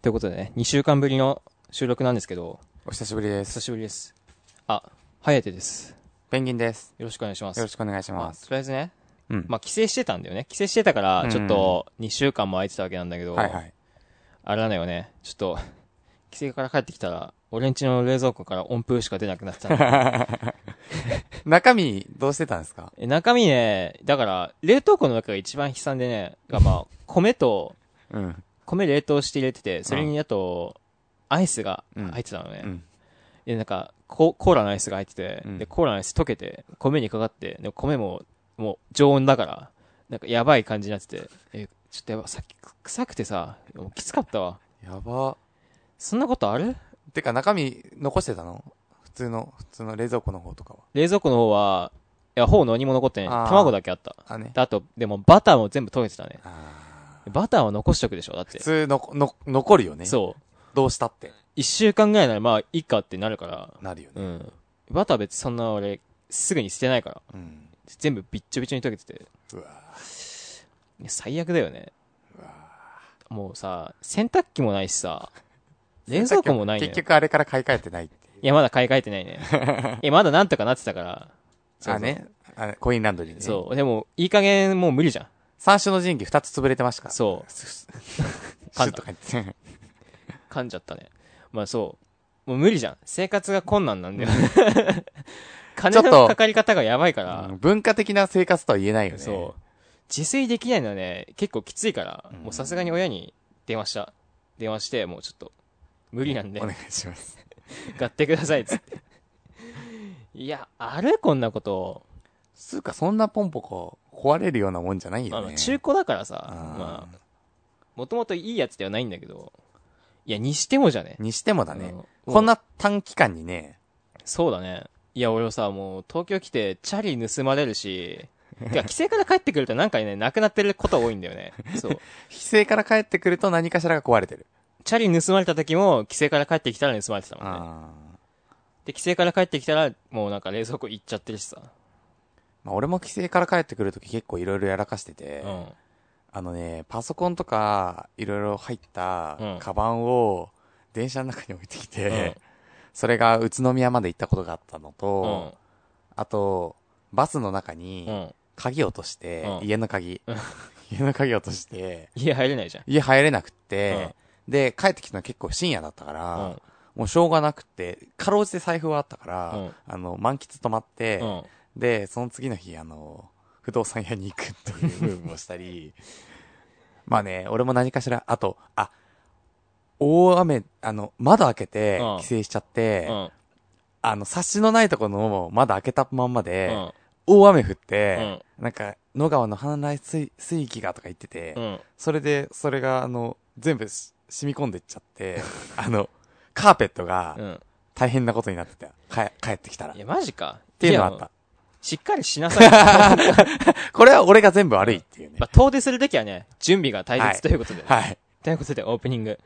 ということでね、2週間ぶりの収録なんですけど、お久しぶりで久す。しぶりです。あ、ハヤテです。ペンギンです。よろしくお願いします。よろしくお願いしままあ、す。とりあえずね、うん。まあ、帰省してたんだよね。帰省してたから、ちょっと2週間も空いてたわけなんだけど、はいはい。あれなのよね、ちょっと、帰省から帰ってきたら、俺んちの冷蔵庫から温風しか出なくなってた の中身、どうしてたんですかえ中身ね、だから、冷凍庫の中が一番悲惨でね、がまあ、米と、うん。米冷凍して入れてて、それにあと、アイスがうん入ってたのね。うん。で、なんか、ココーラのアイスが入ってて、うんで、コーラのアイス溶けて、米にかかって、でも米も、もう常温だから、なんかやばい感じになってて、え、ちょっとやば、さっきく臭くてさ、もうきつかったわ。やば。そんなことあるてか、中身、残してたの普通の、普通の冷蔵庫の方とかは。冷蔵庫の方は、いや、ほぼ何も残ってない。あー卵だけあった。あ、ねで。あと、でもバターも全部溶けてたね。あーバターは残しとくでしょ、だっ普て。通の、の、残るよね。う。そう。どうしたって、一週間ぐらいなら、まあ、いいかってなるから。なるようね。ん。バター別にそんな俺、すぐに捨てないから。うん。全部びっちょびちょに溶けてて。うわいや最悪だよねうわもうさ洗濯機もないし さー冷蔵庫もないね結局あれから買い替えてないっていう。いやまだ買い替えて ないねいやまだなんとかなってたからそうそうあ、ね。あれコインランドリーね。そうでもいい加減もう無理じゃん三種の神器二つ潰れてましたから。う。 そうシ噛ュんッだとか言って。噛んじゃったねまあそうもう無理じゃん生活が困難なんだよ 金ちょっのとかかり方がやばいから、 うん文化的な生活とは言えないよね。そう自炊できないのはね結構きついから、うんもうさすがに親に電話した電話してもうちょっと無理なんでお願いします。買ってくださいっつって。いや、あるこんなこと。つうか、そんなポンポコ壊れるようなもんじゃないまあよまあね。中古だからさ、うんまあ、もともといいやつではないんだけど、いや、にしてもじゃね。にしてもだね。うんこんな短期間にね、そうだね。いや、俺さ、もう東京来て、チャリ盗まれるし、てか、帰省から帰ってくるとなんかね、なくなってること多いんだよね。そう。帰省から帰ってくると何かしらが壊れてる。チャリ盗まれた時も、帰省から帰ってきたら盗まれてたもんね。あーで、帰省から帰ってきたら、もうなんか冷蔵庫行っちゃってるしさ。まあ、俺も帰省から帰ってくるとき結構いろいろやらかしてて、うん。あのね、パソコンとかいろいろ入っうんたカバンを電車の中に置いてきて、うんそれが宇都宮まで行ったことがあったのうとん、。あと、バスの中うにん。鍵落として、うん家の鍵、うん 家の鍵落として、家入れないじゃん。家入れなくって、で、帰ってきたのは結構深夜だったから、うん。もうしょうがなくて、かろうじて財布はあったから、うんあの、満喫泊まって、うん。で、その次の日、あの、不動産屋に行くというムーブをしたり、 まあね、俺も何かしら、あと、あ、大雨、あの、窓開けてうん、帰省しちゃって、うん。あの、察しのないところの窓開けたまんまうで、ん。大雨降っうて、ん。なんか、野川の氾濫水水域がとか言ってて、うん。それで、それが、あの、全部し染み込んでっちゃって、あの、カーペットがう、ん。大変なことになってたよ。かえ帰ってきたら。いっや、マジか。っていうのはあっ。た。しっかりしなさい。まこれは俺が全部悪いっていうね。あ、遠出するときはね、準備が大は切いということで。はい。ということで、オープニング。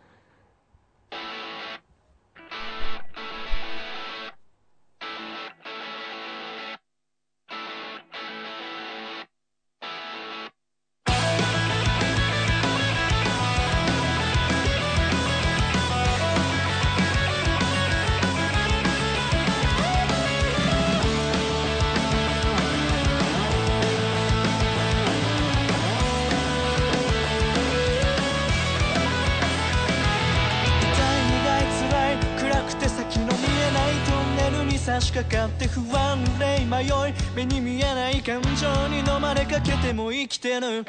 痛い苦い辛い暗くて先の見えないトンネルに差し掛かって不安憂い迷い目に見えない感情に飲まれかけても生きてる今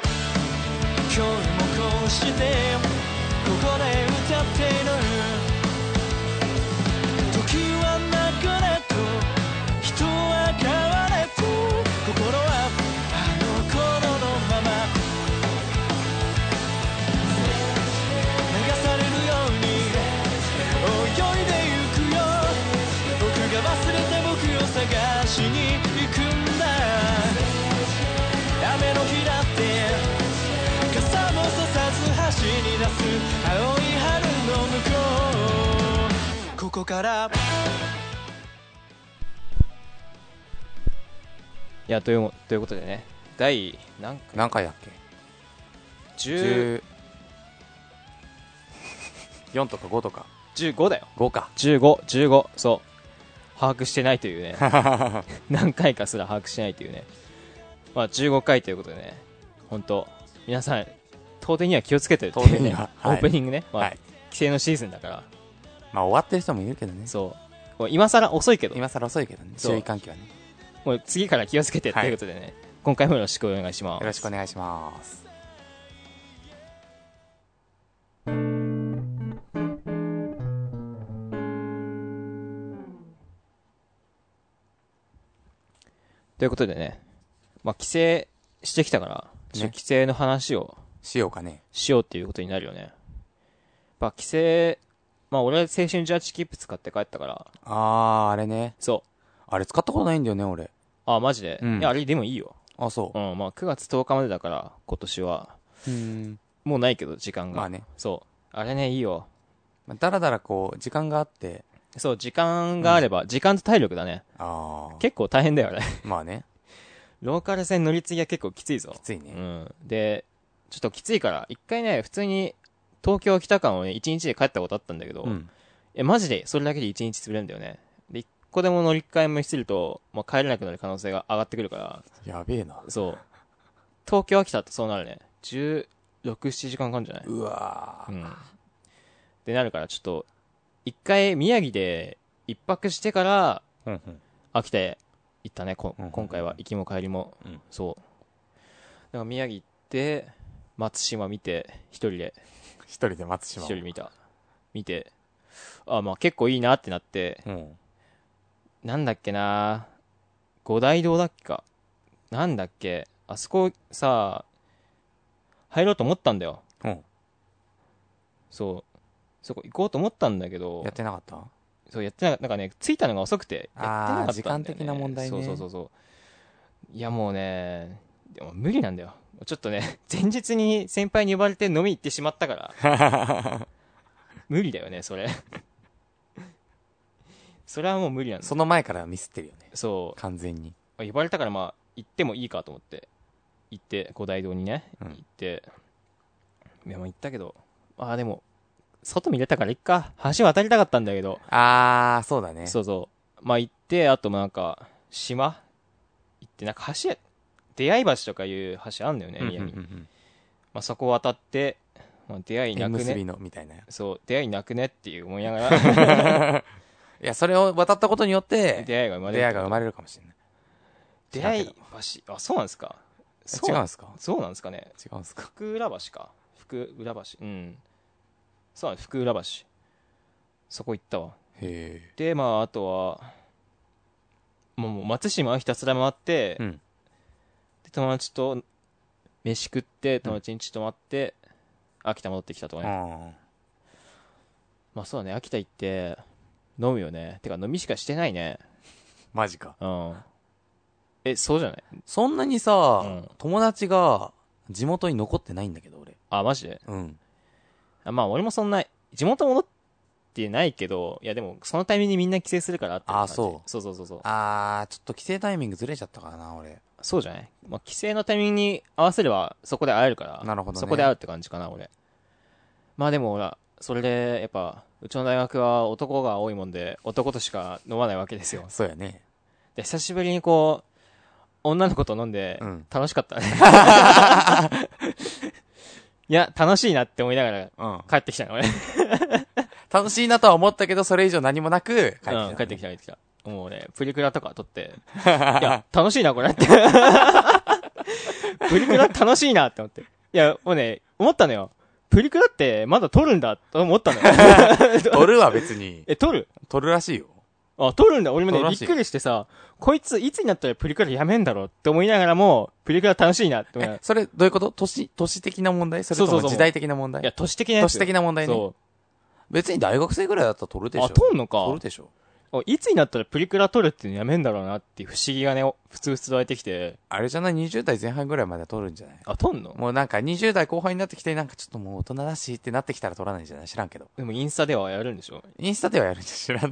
日もこうしてここで歌っている時は流れと人は変われと心はあの頃のまま流されるように泳いでゆくよ僕が忘れた僕を探しに行くんだ雨の日だって傘もささず走り出す青い春の向こうここからいや、というも、ということでね。第、何回何回だっけ十、十4とか5とか15だよ5か1515そう把握してないという ね何回かすら把握してないというねまあ15回ということでね本当皆さん遠出には気をつけてっていうね遠出にははいオープニングね、まあはい規制のシーズンだからまあ終わってる人もいるけどねそうもう今更遅いけど今更遅いけどねそう注意喚起はねもう次から気をつけてということでね、今回もよろしくお願いしますよろしくお願いしますということでね、まあ、帰省してきたから、ちょっと帰省の話をしようかねしようっていうことになるよね。まあ、帰省、まあ、俺は青春18切符使って帰ったから、あーあれねそう。あれ使ったことないんだよね俺あ、マジで。うんいや、あれでもいいよ。、あそううんまあ、9月10日までだから、今年は。うーんもうないけど、時間が。まあねそう。あれね、いいよ。まあだらだらこう時間があってそう、時間があれば、時間と体力だね。ああ結構大変だよね。まあね ローカル線乗り継ぎは結構きついぞ。きついうねん。で、ちょっときついから、一回ね、普通に東京北間をね、一日で帰ったことあったんだけど、うんえ、マジでそれだけで一日潰れるんだよね。で、一個でも乗り換えもしてると、まあ、帰れなくなる可能性が上がってくるから、やべえなそう。東京秋田ってそうなるね。16、7時間かかんじゃないうわうーん。ってなるから、ちょっと、一回宮城で一泊してから、うんうん秋田へ行ったね、こうん今回は行きも帰りも、うんそうだから宮城行って松島見て一人で一人で松一島人見た見てあまあ結構いいなってなってうんなんだっけな五大堂だっけかなんだっけあそこさ入ろうと思ったんだようんそうそこ行こうと思ったんだけどやってなかったそうやってなかなんかね着いたのが遅くてやってなかったんだよ、ね、あー時間的な問題ねそうそうそうそういやもうねでも無理なんだよちょっとね 前日に先輩に呼ばれて飲み行ってしまったから 無理だよねそれ それはもう無理なんだその前からミスってるよねそ完全にう呼ばれたからまあ行ってもいいかと思って行って五大堂にね、うん行っていやまあ行ったけどああでも外見れたからいっか橋渡りたかったんだけどああそうだねそうそう。まあ行って、あともなんか、島行って、なんか橋、出会い橋とかいう橋あんだよね、うんうん宮城。うんうまんあそこ渡って、まあ出会いな縁く結ね。びのみたいなやそう、出会いなくねっていう思いなが ら、いやそれを渡ったことによって出会いが生まれる。出会いが生まれるかもしれない出会い違う橋、あ、そうなんですか。違うんすすかそうなんですかね。違うんすか福浦橋か。福浦橋。うん。そうなんです福浦橋。そこ行ったわ。へで、まああとは、もうもう松島ひたすら回って、えうんで友達と飯食って友達に家泊まって、秋田戻ってきたとかね、あまあそうだね秋田行って飲むよねてか飲みしかしてないねマジかうんえそうじゃないそんなにうさん友達が地元に残ってないんだけど俺あマジでうんあまあ俺もそんな地元戻ってないけどいやでもそのタイミングにみんな帰省するからって感じあそうそうそうそうそうあーちょっと帰省タイミングずれちゃったからな俺そうじゃない、まあ、帰省のタイミングに合わせればそこで会えるからなるほどねそこで会うって感じかな俺まあでもほらそれでやっぱうちの大学は男が多いもんで男としか飲まないわけですよそうやねで久しぶりにこう女の子と飲んでうん楽しか ったね、いや楽しいなって思いながらうん帰ってきたの俺楽しいなとは思ったけどそれ以上何もなく帰ってきたうん、帰ってきたた帰ってきたもうねプリクラとか撮って いや楽しいなこれって プリクラ楽しいなって思っていやもうね思ったのよプリクラってまだ撮るんだと思ったのよ 撮るは 別にえ撮る撮るらしいよあ撮るんだ俺も撮ねるびらっしいくりしてさこいついつになったらプリクラやめんだろうって思いながらもプリクラ楽しいなって思いながえらそれどういうこと都市都市的な問題それとそうそうそもう時代的な問題いや都市的なやつ都市的な問題ねそ別に大学生ぐらいだったら撮るでうしょあ撮んのか撮るでしょおいつになったらプリクラ撮るっていうのやめんだろうなっていう不思議がねおふつふつと湧いてきてあれじゃない20代前半ぐらいまでは撮るんじゃないあ撮んのもうなんか20代後半になってきてなんかちょっともう大人だしってなってきたら撮らないんじゃない知らんけどでもインスタではやるんでしょインスタではやるんじゃ知らね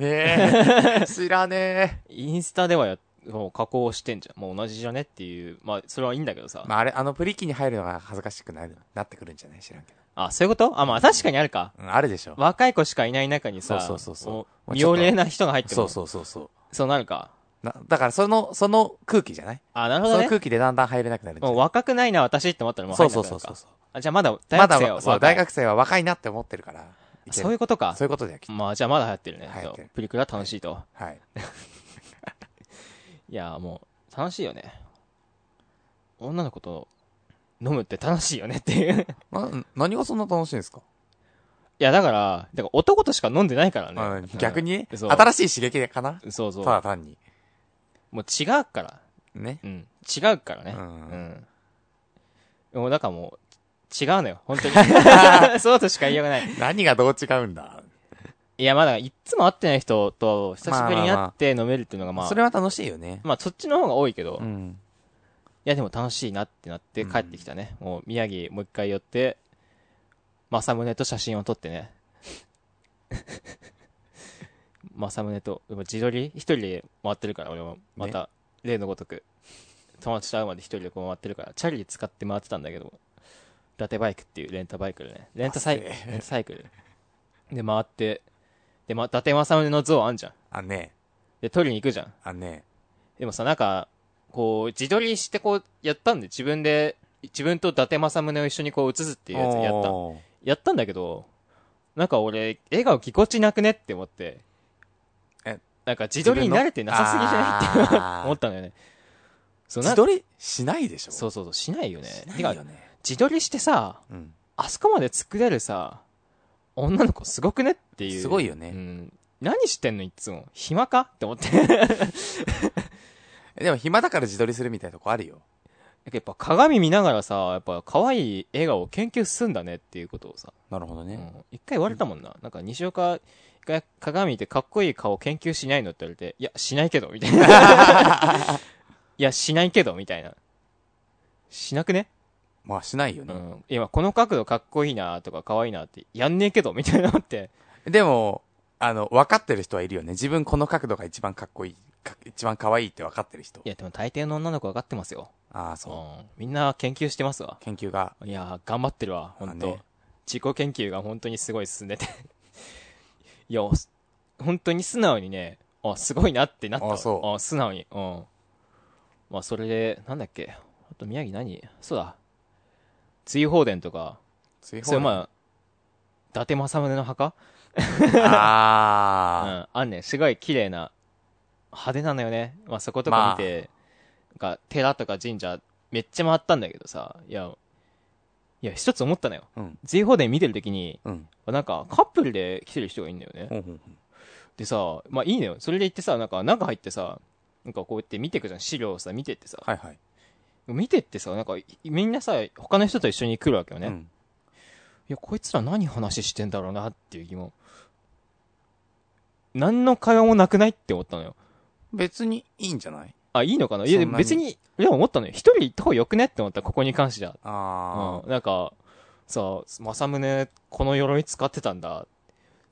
え 知らねインスタではや、もう加工してんじゃん。もう同じじゃねっていう。まあ、それはいいんだけどさ。えまああれあのプリ機に入るのが恥ずかしくなるなってくるんじゃない知らんけどあ、そういうことあ、まあ確かにあるか。うんあるでしょ。若い子しかいない中にさ、そうそうそうそうもまあ妙齢な人が入ってもそうそうそうそう。そうなるか。なだからその、その空気じゃないあ、なるほそどのね。空気でだんだん入れなくなるんじゃもうない若くないな、私って思ったらもうそ入うんなくそうなるかそうそう。あ、じゃあまだ大ま学だ生は、そう、大学生は若いなって思ってるから。いけるそういうことかそ。ういうことだよ、きっと。まあじゃあまだ流行ってるね流行ってる。プリクラ楽しいと。はい。いや、もう、楽しいよね。女の子と飲むって楽しいよねっていう。いな、何がそんな楽しいんですかや、だから、だから男としか飲んでないからあね。逆にね、そう新しい刺激かなうんそうそたう。だ単に。もう違うから。ね。うん。違うからね。ううんん。もうだからもう、違うのよ。本当 に。そうとしか言いようがない。何がどう違うんだいや、まだ、いっつも会ってない人と、久しぶりに会って飲めるっていうのが、まあ、それは楽しいよね。まあ、そっちの方が多いけど、ういん。や、でも楽しいなってなって帰ってきたね。もう、宮城、もう一回寄って、正宗と写真を撮ってね。 正宗と、でも自撮り一人で回ってるから、俺も。また、例のごとく。友達と会うまで一人でこう回ってるから、チャリ使って回ってたんだけど、ラテバイクっていうレンタバイクでね。レンタサイクルあす、レンタサイクル。で、回って、で、ま、伊達正宗の像あんじゃん。あんね、で、撮りに行くじゃん。あんね。でもさ、なんか、こう、自撮りしてこう、やったんで、自分で、自分と伊達政宗を一緒にこう映すっていうやつやった。おーやったんだけど、なんか俺、笑顔ぎこちなくねって思って。えなんか自撮りに慣れてなさすぎじゃないってあー思ったんだよね。そうな自撮りしないでしょそうそうそう、しないよね。してないよか、ね。自撮りしてさ、うん。あそこまで作れるさ、女の子すごくねっていう。すごいよねうん。何してんのいっつも。暇かって思って。でも暇だから自撮りするみたいなとこあるよ。やっぱ鏡見ながらさ、やっぱ可愛い笑顔を研究すんだねっていうことをさ、なるほどうね。ん一回言われたもんな。なんか西岡が鏡見てかっこいい顔を研究しないのって言われて、いや、しないけど、みたいな。 いや、しないけど、みたいな。しなくねまあしないようね。ん。今、この角度かっこいいなとか可愛いなって、やんねえけど、みたいなのって。でも、あの、分かってる人はいるよね。自分この角度が一番かっこいい、か一番可愛いって分かってる人い。や、でも大抵の女の子分かってますよ。ああ、うそん。みんな研究してますわう。。研究が。いやー、頑張ってるわ、本当、まあね自己研究が本当にすごい進んでて。 いや、す本当に素直にね、あ、すごいなってなったわ。あそうあ素直に。うん。まあ、それで、なんだっけ。あと、宮城何そうだ。追放伝とか、追それあまあ、伊達政宗の墓うあん。あんねん、すごい綺麗な、派手なのよね。まあ、そことか見て、なんか、寺とか神社、めっちゃ回ったんだけどさ、いや、いや、一つ思ったのよ。ー。うん。追放伝見てるときに、うん。なんか、カップルで来てる人がいいんだよねう。んうんでさ、まあいいのよ。それで行ってさ、なんか中入ってさ、なんかこうやって見てくじゃん。資料をさ、見てってさ。はいはい。見てってさ、なんかい、みんなさ、他の人と一緒に来るわけよね。ういんや、こいつら何話してんだろうなっていう疑問。何の会話もなくないって思ったのよ。別にいいんじゃないあ、いいのかないや、でそもんなに別に、でも思ったのよ。一人行った方がよくねって思った、ここに関しては。あうん、なんか、さ、正宗、この鎧使ってたんだ。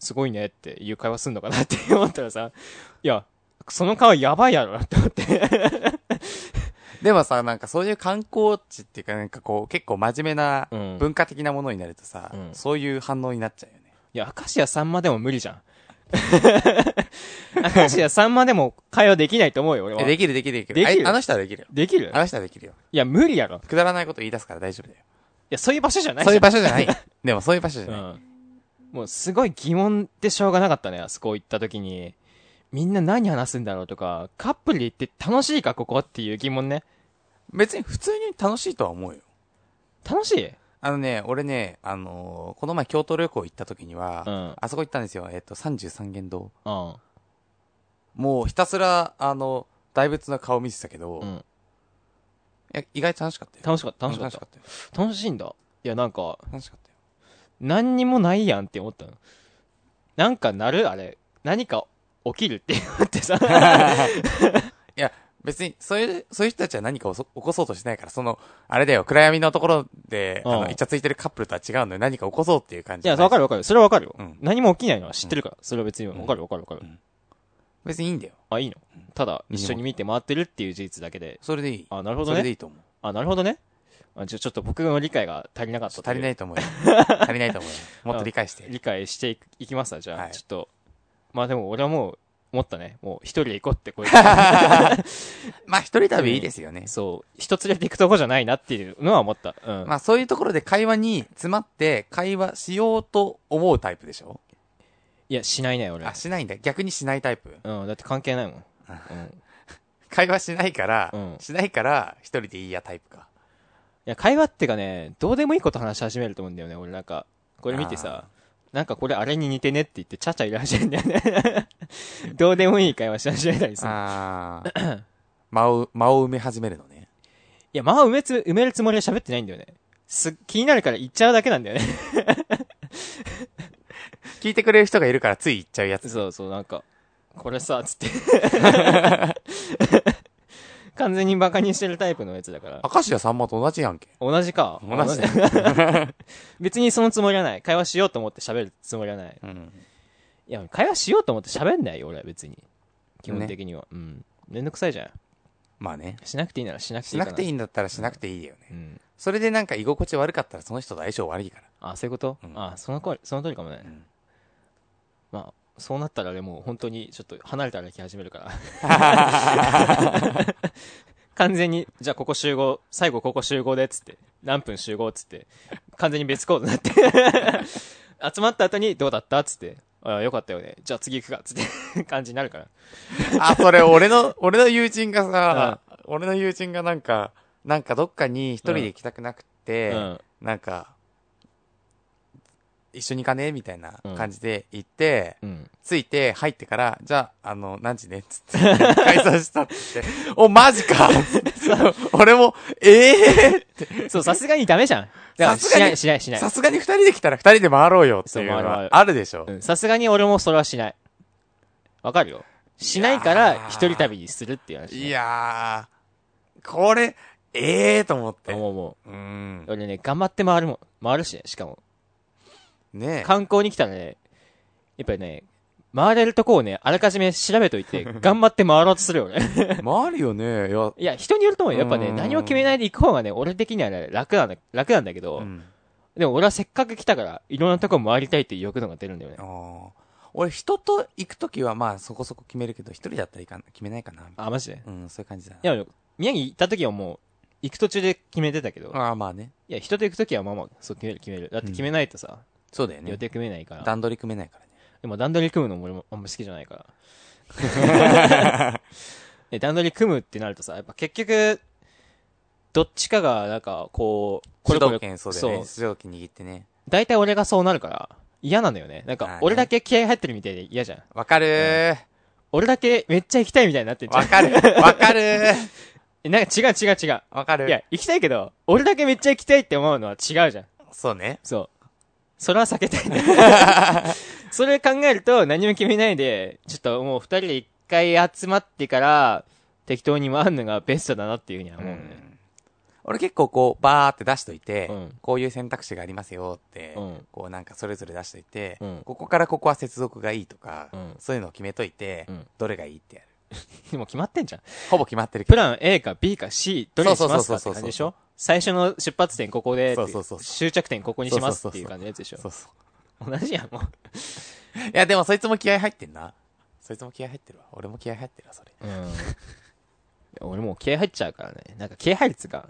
すごいねっていう会話すんのかなって思ったらさ、 いや、その顔やばいやろなって思って。あ。でもさ、なんかそういう観光地っていうか、なんかこう、結構真面目なうん文化的なものになるとさう、んそういう反応になっちゃうよね。いや、明石家さんまでも無理じゃん。 明石家さんまでも会話できないと思うよ、俺は。え、できるできるできる。できるああの人はできるよ。できるあの人はできるよ。いや、無理やろ。いくだらないこと言い出すから大丈夫だよ。や、そういう場所じゃないそういう場所所じ ゃない。でもそういう場所じゃない。うん。もうすごい疑問でしょうがなかったね、あそこ行った時に。みんな何話すんだろうとか、カップルで行って楽しいか、ここっていう疑問ね。別に普通に楽しいとは思うよ。楽しいあのね、俺ね、あのーこの前京都旅行行った時には、うんあそこ行ったんですよ。えっ、と、33元堂。うん。もうひたすら、あの、大仏の顔見てたけど、ういん。や意外と楽しかったよ。楽しかった、楽しかっうんた。楽しか楽しいんだ。いや、なんか、ったよ。楽しかったよ何にもないやんって思ったの。なんかなるあれ。何か起きるって思って さ。いや、別に、そういう、そういう人たちは何かをそ起こそうとしないから、その、あれだよ、暗闇のところで、あうの、んイチャついてるカップルとは違うのよ。何か起こそうっていう感じいじゃや、ない。わかるわかる。それはわかるようん。何も起きないのは知ってるから。それは別にわかるわかるわかるん。別にいいんだよ。あ、いいの。ただ、うん一緒に見て回ってるっていう事実だけで。それでいい。あ、なるほそどれでね。いいと思う。あ、なるほどね。あちょちょっと僕の理解が足りなかった足というりないと思うよ。足りないと思うよ。もっと理解して。理解していくいきますわ、じゃあ、はいちょっと。まあでも俺はもう、思ったね。もう一人で行こうって、こう いう。まあ、一人旅いいですよね。そう。人連れて行くとこじゃないなっていうのは思った。うん。まあ、そういうところで会話に詰まって、会話しようと思うタイプでしょいや、しないね、俺あ、。しないんだ。逆にしないタイプ。うん、だって関係ないもん。うん。い会話しないから、うんしないから、一人でいいやタイプか。や、会話ってかね、どうでもいいこと話し始めると思うんだよね、俺なんか。これ見てさ、なんかこれあれに似てねって言って、ちゃちゃいらっしゃるんだよね。 どうでもいい会話し始めたりさ。ああ。間を、間を埋め始めるのね。いや、まあ埋めつ、埋めるつもりは喋ってないんだよね。す、気になるから言っちゃうだけなんだよね。 聞いてくれる人がいるから、つい行っちゃうやつ。そうそう、なんか、これさ、つって。 完全にバカにしてるタイプのやつだから。明石家さんまと同じやんけ。同じか。同じだ。 別にそのつもりはない。会話しようと思って喋るつもりはない。うん。いや、会話しようと思って喋んないよ、俺は別に。基本的には。うん。めんどくさいじゃん。まあね。しなくていいならしなくてしいいなかな。くていいい。んだったらしなくていいよね。うん。それでなんか居心地悪かったら、その人と相性悪いから。あ、そういうこと、うんあ、その通り、その通りかもね。んまあ、そうなったらね、もう本当にちょっと離れて歩き始めるから。 完全に、じゃあここ集合、最後ここ集合で、つって。何分集合、つって。完全に別行動になって。 集まった後にどうだったつって。あよかったよね。じゃあ次行くか、つって。感じになるから。あ、それ 俺の、俺の友人がさ、俺の友人がなんか、なんかどっかに一人で行きたくなくて、うん。なんか、一緒に行かねみたいな感じで行って、うん。着いて入ってから、じゃあ、あの、何時ねっつ って、解散したって言って、お、マジか つって俺も、ええそう、さすがにダメじゃん。だからさすしがなにい、しない、しないさ。すがに二人で来たら二人で回ろうよっていうのそう回る回はるあるでしょ。うんさすがに俺もそれはしない。わかるよ。しないから、ー一人旅にするっていう話ね。いやー、これ、ええと思って。思う思うんう。。俺ね、頑張って回るもん。回るしね、しかも。ねえ。観光に来たらね、やっぱりね、回れるとこをね、あらかじめ調べといて、 頑張って回ろうとするよね。回るよね。いや、いや、人によると思うよ。やっぱね、うん何も決めないで行く方がね、俺的にはね、楽なんだ、楽なんだけど、うん、でも俺はせっかく来たから、いろんなとこ回りたいっていう欲のが出るんだよねあ。ー俺、人と行くときは、まあ、そこそこ決めるけど、一人だったらいかん決めないかな。あ、マジで。うん、そういう感じだな。いや、宮城行った時はもう、行く途中で決めてたけど、ああ、まあね。いや、人と行くときはまあまあ、そう決める決める。だって決めないとさ、そうだよね予。定組めないから。段取り組めないからね。でも段取り組むのも俺もあんま好きじゃないから。 で段取り組むってなるとさ、やっぱ結局、どっちかが、なんか、こう、主こ導権、そうだよね。そう主導権握ってね。大体俺がそうなるから、嫌なのよね。なんまあかね、俺だけ気合入ってるみたいで嫌じゃん。わかるー。俺だけめっちゃ行きたいみたいになってんじゃわん。かる。 わかるー。えなんか違う違う違う。わかいやる。、行きたいけど、俺だけめっちゃ行きたいって思うのは違うじゃん。そうね。そう。それは避けたい。 それ考えると何も決めないで、ちょっともう二人で一回集まってから、適当に回るのがベストだなっていうふうには思うね。俺結構こう、バーって出しといて、うんこういう選択肢がありますよって、うんこうなんかそれぞれ出しといて、うんここからここは接続がいいとか、うんそういうのを決めといて、うんどれがいいってやる。でも決まってんじゃん。ほぼ決まってるけどプラン A か B か C、どれにしますかって感じでしそうそうそうそうそうょ最初の出発点ここでっていそうそうそうそう終着点ここにしますっていう感じのやつでしょそうそう。同じやん、もう。いや、でもそいつも気合入ってんな。そいつも気合入ってるわ。俺も気合入ってるわ、それ。うん。 いや俺もう気合入っちゃうからね。なんか気合入るっつうか、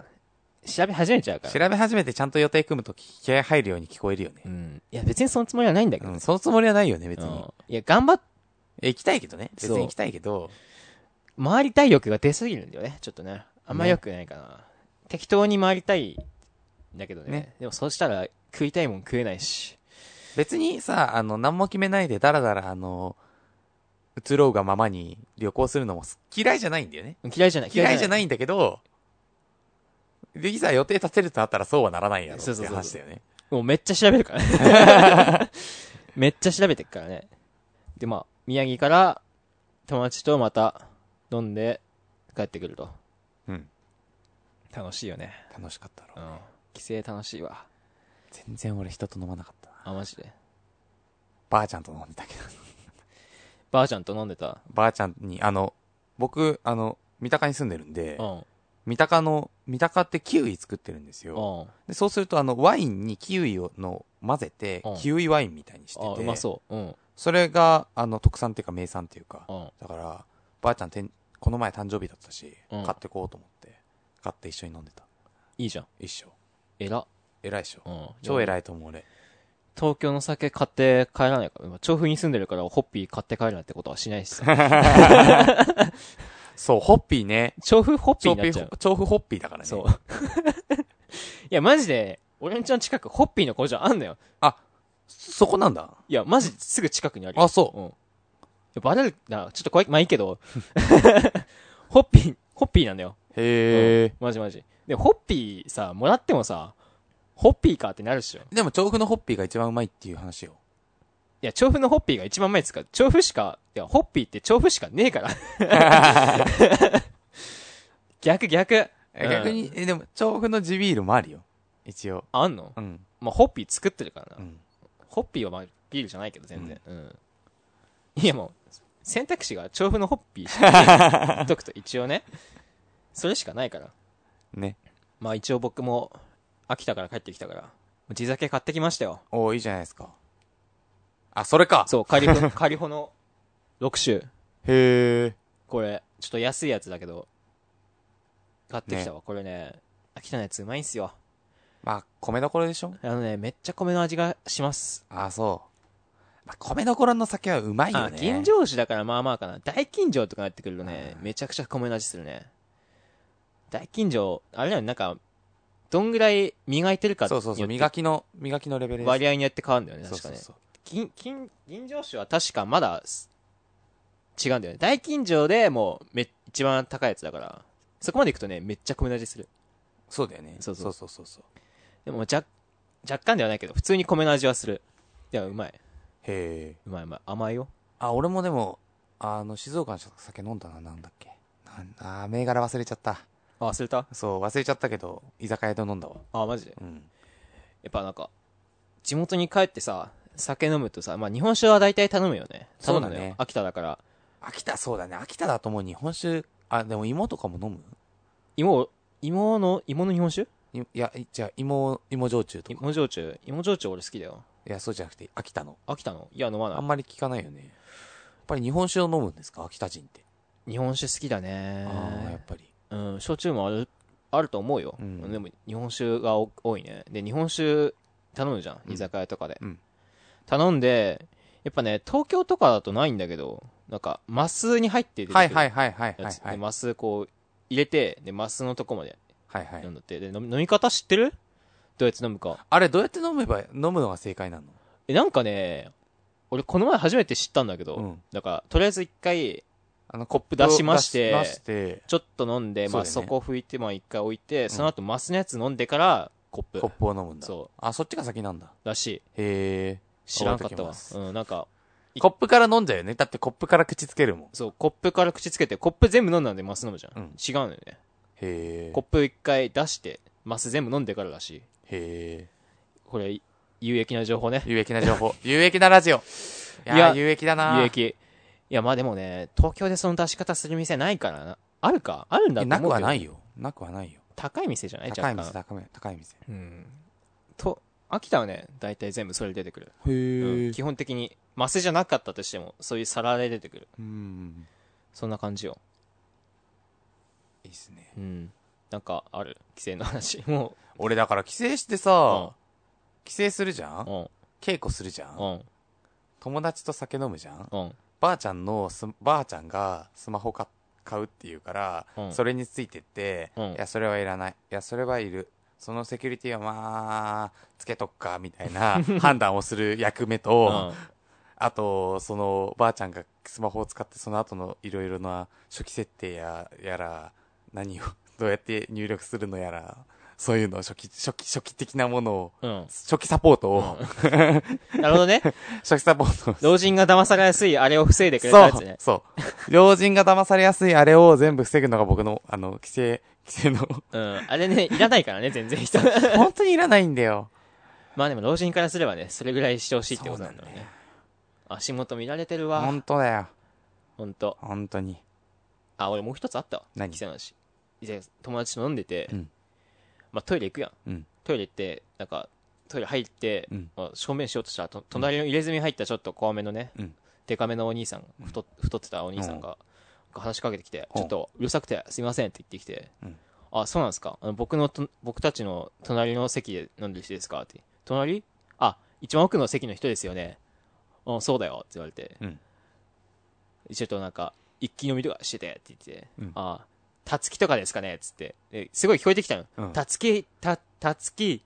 調べ始めちゃうから。調べ始めてちゃんと予定組むと気合入るように聞こえるよねう。ん。いや、別にそのつもりはないんだけうど。ん、そのつもりはないよね、別うに。んいや、頑張っえ行きたいけどね。別そうに行きたいけど。回りたい欲が出すぎるんだよね、ちょっとね。あんま良くないかな。適当に回りたいんだけどね。ねでもそうしたら食いたいもん食えないし。別にさ、あの、何も決めないでダラダラ、あの、移ろうがままに旅行するのも嫌いじゃないんだよね。嫌いじゃない。。嫌いじゃないいんだけど、で、いざ予定立てるとなったらそうはならないやろっていう話だよね。もうめっちゃ調べるからね。 めっちゃ調べてっからね。で、まあ、宮城から友達とまた飲んで帰ってくると。うん。楽しいよね。楽しかったろ。うん。帰省楽しいわ。全然俺人と飲まなかったな。あ、マジで。ばあちゃんと飲んでたけど。ばあちゃんと飲んでた。ばあちゃんに、あの、僕、あの、三鷹に住んでるんでう、ん。三鷹の、三鷹ってキウイ作ってるんですよ。あでそうすると、あの、ワインにキウイをの混ぜてうん、キウイワインみたいにしてあ、うて、まそう。うん。それが、あの、特産っていうか名産っていうか、うん。だから、ばあちゃんてん、この前誕生日だったし、うん買ってこうと思って、買って一緒に飲んでた。いいじゃん。一緒。えら。偉いっしょ。うん。超い。偉いと思う、俺。東京の酒買って帰らないから、今調布に住んでるからホッピー買って帰るなんてことはしないし さ。そう、ホッピーね。調布ホッピー調にな布っちゃう。調布ホッピーだからね。そう。いや、マジで、俺んちの近くホッピーの工場あんのよ。そこなんだ。いや、マジすぐ近くにあるよ。。あ、そうんいや。バレるな、ちょっと怖い、まあいいけど。 ホッピー、ホッピーなんだよ。う。へえ。マジマジ。で、ホッピーさ、もらってもさ、ホッピーかってなるっしょ。いでも調布のホッピーが一番うまいっていう話よ。や、調布のホッピーが一番前ですから、調布しか、いや、ホッピーって調布しかねえから。 逆逆。えうん逆に、え、でも調布の地ビールもあるよ。一応。あんのうん。まあ、ホッピー作ってるからうな。ん。ホッピーはまあ、ビールじゃないけど、全然。うん。いや、もう、選択肢が調布のホッピーしかねえ 言っとくと、一応ね。それしかないから。ね。まあ一応僕も秋田から帰ってきたから、地酒買ってきましたよ。おーいいじゃないですか。あ、それか。そう、カリホ、カリホの6種。へえ。これ、ちょっと安いやつだけど、買ってきたわ。これね、秋田のやつうまいんすよ。まあ、米どころでしょあのね、めっちゃ米の味がします。あ、そう。まあ、米どころの酒はうまいよあ、ね。銀城酒だからまあまあかな。大金城とかなってくるとね、めちゃくちゃ米の味するね。大金城、あれだよね、なんか、どんぐらい磨いてるかそうそうそう。によ磨っきの、磨きのレベてルです。割合によって変わるんだよね、そう確かそうね。そう。銀、銀、銀城酒は確かまだす、違うんだよね。大金城でもう、め、一番高いやつだから、そこまで行くとね、めっちゃ米の味する。そうだよね。そうそうそうそうそう。でも、若、若干ではないけど、普通に米の味はする。いや、うまい。へえ。うまいうまい。甘いよ。あ、俺もでも、あの、静岡の酒飲んだな、なんだっけ。なんあー、銘柄忘れちゃった。あ、忘れたそう、忘れちゃったけど、居酒屋で飲んだわ。あ、マジで。うん。やっぱなんか、地元に帰ってさ、酒飲むとさ、まあ日本酒は大体頼むよね。頼むのそうよ。だね秋田だから。秋田、そうだね。秋田だともう日本酒、あ、でも芋とかも飲む芋、芋の、芋の日本酒いいや、じゃあ、芋、芋焼酎とか。芋焼酎。芋焼酎俺好きだよ。いや、そうじゃなくて、秋田の。秋田のいや、飲まないあん。まり聞かないよね。やっぱり日本酒を飲むんですか秋田人って。日本酒好きだね。ああ、やっぱり。うん、焼酎もある、あると思うよ。うんでも、日本酒がお多いね。で、日本酒頼むじゃん。うん居酒屋とかで。うん頼んで、やっぱね、東京とかだとないんだけど、なんか、マスに入って出てくるはやいつ。はいはいはいはい。はで、いマスこう、入れて、で、マスのとこまではいは飲いん。だって。で、飲み飲み方知ってるどうやって飲むか。あれ、どうやって飲めば、飲むのが正解なのえ、なんかね、俺この前初めて知ったんだけど、うんだから、とりあえず一回、あの、コップ出しまして出出して、ちょっと飲んで、まあ、そそうだよねこ拭いて、まあ一回置いて、その後マスのやつ飲んでから、コップコップを飲むんだ。。そうあ、そっちが先なんだ。らしい。へえ。知らんかった覚えわときます。うん、なんか、いコップから飲んじゃうよね。だってコップから口つけるもん。そう、コップから口つけて、コップ全部飲んだんでマス飲むじゃん。うん違うのよね。へえ。コップ一回出して、マス全部飲んでかららしい。へえ。これ、有益な情報ね。有益な情報。 有益なラジオ。いやいやー、有益だな有益。いや、まあでもね、東京でその出し方する店ないからな。あるかあるんだえと思うなけくど。はないよ。なくはないよ。高い店じゃない高い店、若高め、高い店。干うん。と、秋田はね、大体全部それ出てくる。へうん基本的に、マスじゃなかったとしても、そういう皿で出てくる。うん。そんな感じよ。いいっすね。うん。なんか、ある。規制の話。も俺だから帰省してう、さ、帰省するじゃうんん。稽古するじゃうんん。友達と酒飲むじゃんうん。ばあちゃんのす、ばあちゃんがスマホか買うっていうから、うんそれについてって、うんいや、それはいらない。いや、それはいる。そのセキュリティはまあ、つけとくか、みたいな判断をする役目と、あと、その、ばあちゃんがスマホを使って、その後のいろいろな初期設定や、やら、何を、 どうやって入力するのやら、そういうの、初期、初期、初期的なものを、うん。うん。初期サポートを、なるほど ね。初期サポ ートを老人が騙されやすいあれを防いでくれたそやつうね。そう。老人が騙されやすいあれを全部防ぐのが僕の、あの、規制、規制 の、うん。あれね、いらないからね、全然 人。本当にいらないんだよ。まあでも老人からすればね、それぐらいしてほしいってことなんだろうそうね。足元見られてるわ。本当だよ。ほんと。本当に。あ、俺もう一つあったわ。何規制の話。いて友達と飲んでて、うんまあ、トイレ行くやん、うんトイレ行ってなんかトイレ入って、うんまあ正面しようとしたらと隣の入れ墨入ったちょっと怖めのね、うんデカめのお兄さん太っ太ってたお兄さんが、話しかけてきて、うんちょっとうるさくてすいませんって言ってきて、うんあそうなんですかあの僕のと僕たちの隣の席で飲んでる人ですかって隣あ一番奥の席の人ですよねうんそうだよって言われて、うんちょっとなんか一気飲みとかしててって言って、うんああたつきとかですかねっつって。ですごい聞こえてきたのうん。たつき、た、たつき、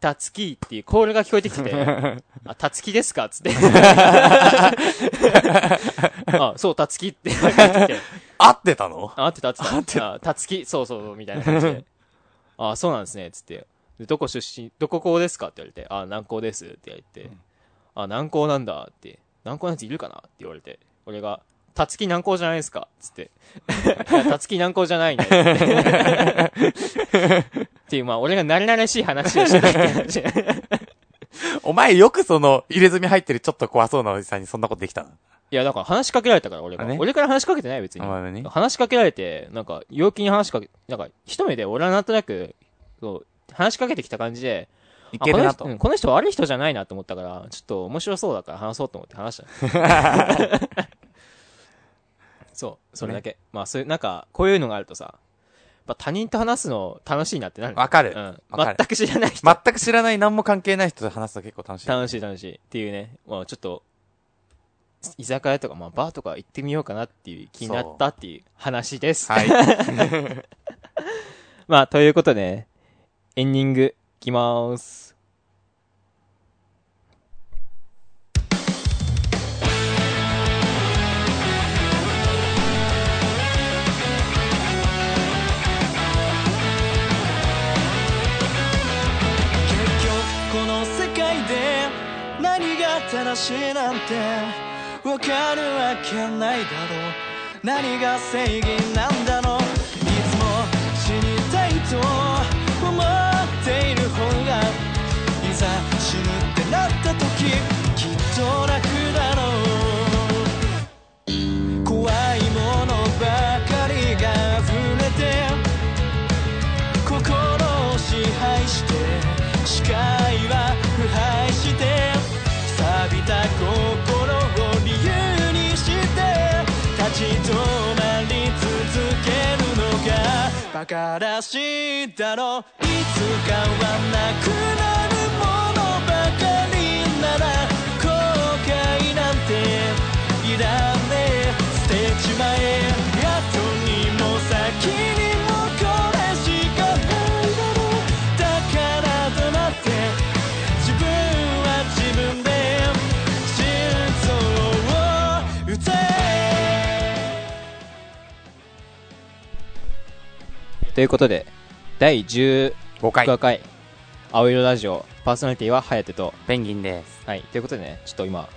たつきっていうコールが聞こえてきて、 あ、たつきですかっつって。あ、そう、たつき って言われてきて。合ってたの あ、合ってた、合ってた。あたつき、そうそうそう、みたいな感じ で。あ、そうなんですね、つって。でどこ出身、どこ校ですかって言われて、あ、南高ですって言われて、あ、南高なんだって、南高のやついるかなって言われて、俺が、たつき南高じゃないですかつって。 いやたつき南高じゃないんだよ。 っていう、まあ、俺が慣れ慣れしい話をしてたって話。いお前よくその、入れ墨入ってるちょっと怖そうなおじさんにそんなことできたのや、だから話しかけられたから、俺が。あね俺から話しかけてない、別にお。前はね。話しかけられて、なんか、陽気に話しかけ、なんか、一目で俺はなんとなく、そう、話しかけてきた感じで、いけるなあこの人うと。んこの人悪い人じゃないなと思ったから、ちょっと面白そうだから話そうと思って話した。 そう、それだけ。まあ、そういう、なんか、こういうのがあるとさ、まあ、他人と話すの楽しいなってなる。わかるうん。わかる全く知らない人。全く知らない、何も関係ない人と話すと結構楽しい。楽しい楽しい。っていうね、まあ、ちょっと、居酒屋とか、まあ、バーとか行ってみようかなっていう気になったっていう話です。はい。 まあ、ということで、エンディング、いきまーす。結局この世界で何が正しいなんてわかるわけないだろう何が正義なんだろういつも死にたいと思っている方がいざ死ぬってなった時きっと楽だろう怖いものばかりが溢れて心を支配して視界は腐敗して錆びた心を理由にして立ち止まり続けるのが馬鹿らしいだろういつかはなくなるものばかりなら後悔なんていらねえ捨てちまえ後にも先にもこれしかないだろうだからとなって自分は自分で心臓を打てということで、第15 5回。回、青色ラジオ、パーソナリティはハヤテと、ペンギンです。はい、ということでね、ちょっと今、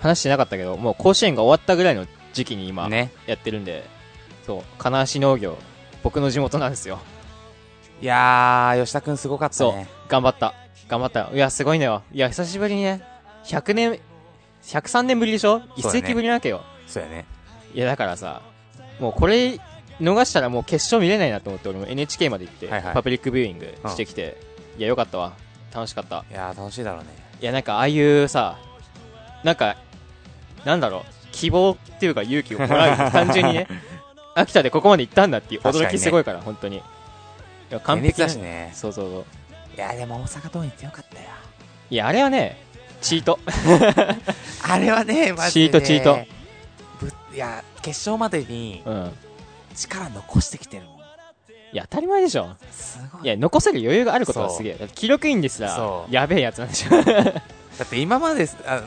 話してなかったけど、もう甲子園が終わったぐらいの時期に今、ね。やってるんで、そう、金足農業、僕の地元なんですよ。いやー、吉田くんすごかったそう、ね。頑張った。頑張った。いや、すごいのよ。いや、久しぶりにね、100年、103年ぶりでしょ一そうだね世紀ぶりなわけよ。そうやね。いやだからさもうこれ逃したらもう決勝見れないなと思って俺も NHK まで行って、はいはいパブリックビューイングしてきて、いやよかったわ楽しかったいやー、楽しいだろうね。いやなんかああいうさなんかなんだろう希望っていうか勇気をもらう単純 にね秋田でここまで行ったんだっていう確驚かにきねすごいから本当にいや完熱璧だなしね。そうそうそういやー、でも大阪桐蔭強かったよ。いやあれはねチ ートあれはね、マジチートで、ね。チート。ぶいや、決勝までにうん力残してきてるもん。いや当たり前でしょすごい。いや残せる余裕があることはすげえだって記録員ですらそうやべえやつなん でしょだって今まで、あだ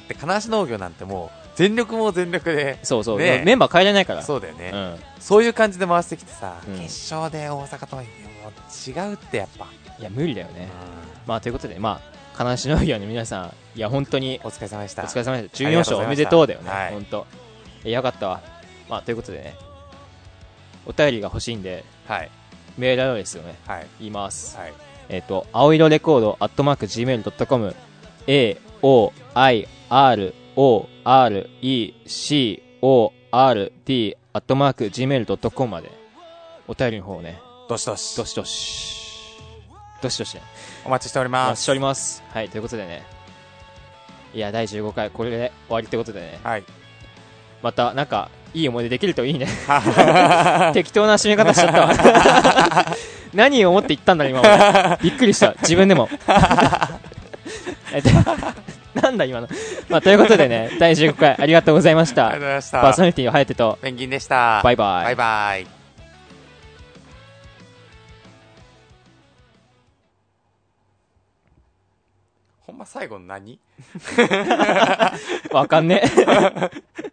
って金足農業なんてもう、全力も全力で、そうそう、ねえメンバー変えれないからそうだよね、うんそういう感じで回してきてさ、うん決勝で大阪桐蔭もう違うってやっぱ、いや、無理だよね。まあ、ということで、まあ、金足農業の皆さん、いや、本当にお疲れ様でしおた疲れ様でした。あり14がと勝おうございまめしたでとうだよね、はい本当。いやよかったわ。まあ、ということでね、お便りが欲しいんで、はいメールアドレスをね、はい言います。はいえっ、と、青色レコード、アットマーク、gmail.com、a, o, i, r, o, r, e, c, o, r, d, アットマーク、gmail.com までお便りの方をね、どしどしどしどし、どしどしね、お待ちしておりおま待ちしすております。はい、ということでね、いや、第15回、これで終わりってことでね、はいまた、なんか、いい思い出できるとい いね。適当な締め方しちゃったわ。 何を思って言ったんだ、今俺。びっくりした、自分でも。えっとなんだ、今の。まあ、ということでね、第15回、ありがとうございましありがとうたご。ざいましパーソたナリティをハエてと、ペンギンでしたバイバイバイバイほんま最後の何わかんねえ。